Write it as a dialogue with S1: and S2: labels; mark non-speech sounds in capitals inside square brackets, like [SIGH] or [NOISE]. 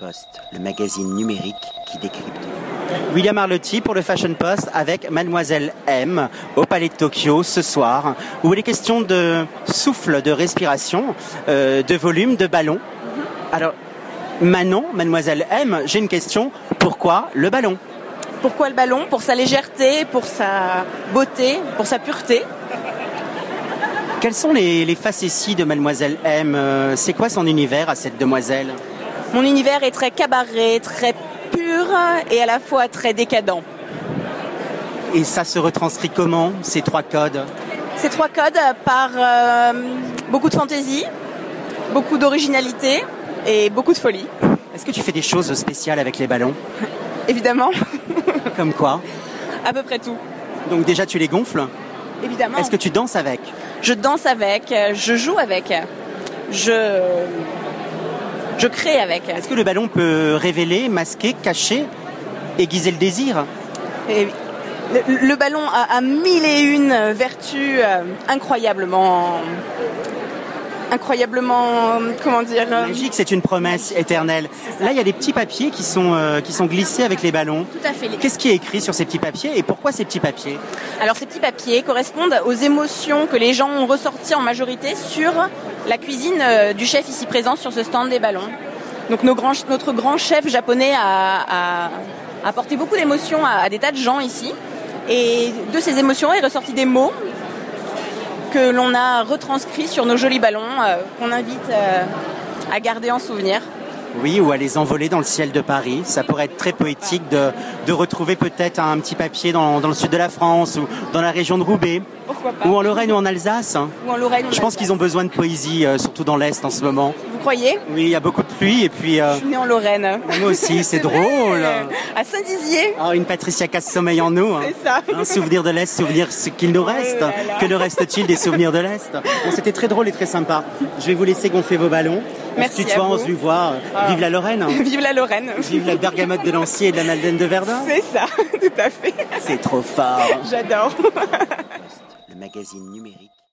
S1: Post, le magazine numérique qui décrypte.
S2: William Arlotti pour le Fashion Post avec Mademoiselle M au Palais de Tokyo ce soir, où il est question de souffle, de respiration, euh, de volume, de ballon. Alors, Manon, Mademoiselle M, j'ai une question. Pourquoi le ballon
S3: Pourquoi le ballon Pour sa légèreté, pour sa beauté, pour sa pureté.
S2: Quelles sont les, les facéties de Mademoiselle M Euh, C'est quoi son univers à cette demoiselle
S3: Mon univers est très cabaret, très pur et à la fois très décadent.
S2: Et ça se retranscrit comment, ces trois codes
S3: Ces trois codes euh, par euh, beaucoup de fantaisie, beaucoup d'originalité et beaucoup de folie,
S2: Est-ce que tu fais des choses spéciales avec les ballons
S3: évidemment. [LAUGHS]
S2: Comme quoi
S3: à peu près tout.
S2: Donc déjà tu les gonfles
S3: Évidemment.
S2: Est-ce que tu danses avec
S3: Je danse avec, euh, je joue avec, je, je crée avec.
S2: Est-ce que le ballon peut révéler, masquer, cacher, aiguiser le désir
S3: Et le, le ballon a, a mille et une vertus euh, incroyablement. Incroyablement. Comment dire euh,
S2: Magique, c'est une promesse éternelle. Là, il y a des petits papiers qui sont, euh, qui sont glissés avec les ballons.
S3: Tout à fait.
S2: Qu'est-ce qui est écrit sur ces petits papiers et pourquoi ces petits papiers
S3: Alors ces petits papiers correspondent aux émotions que les gens ont ressorties en majorité sur la cuisine euh, du chef ici présent sur ce stand des ballons. Donc nos grands, notre grand chef japonais a, a apporté beaucoup d'émotions à, à des tas de gens ici. Et de ces émotions est ressorti des mots que l'on a retranscrits sur nos jolis ballons euh, qu'on invite euh, à garder en souvenir.
S2: Oui, ou à les envoler dans le ciel de Paris. Ça pourrait être très poétique de, de retrouver peut-être un petit papier dans, dans le sud de la France ou dans la région de Roubaix
S3: Pourquoi pas
S2: ou en Lorraine ou en Alsace.
S3: Ou en Lorraine.
S2: Je pense qu'ils ont besoin de poésie, euh, surtout dans l'Est en ce moment.
S3: Vous croyez
S2: Oui, il y a beaucoup de pluie et puis
S3: [LAUGHS]
S2: euh,
S3: Je suis née en Lorraine.
S2: nous aussi, c'est drôle.
S3: vrai. [LAUGHS] À Saint-Dizier.
S2: Ah, une Patricia casse sommeil en nous. hein.
S3: C'est ça. Oh
S2: Un souvenir de l'Est, souvenir ce qu'il nous reste.
S3: là là.
S2: Que ne reste-t-il des souvenirs de l'Est Bon, C'était très drôle et très sympa. Je vais vous laisser gonfler vos ballons. On
S3: Merci
S2: se tutoie,
S3: à
S2: on
S3: vous. Ah.
S2: se voit. Vive la Lorraine.
S3: Vive la Lorraine.
S2: Vive la bergamote de Nancy et de la Malden de Verdun.
S3: C'est ça, [LAUGHS] tout à fait.
S2: C'est trop fort.
S3: J'adore.
S1: Post, le magazine numérique.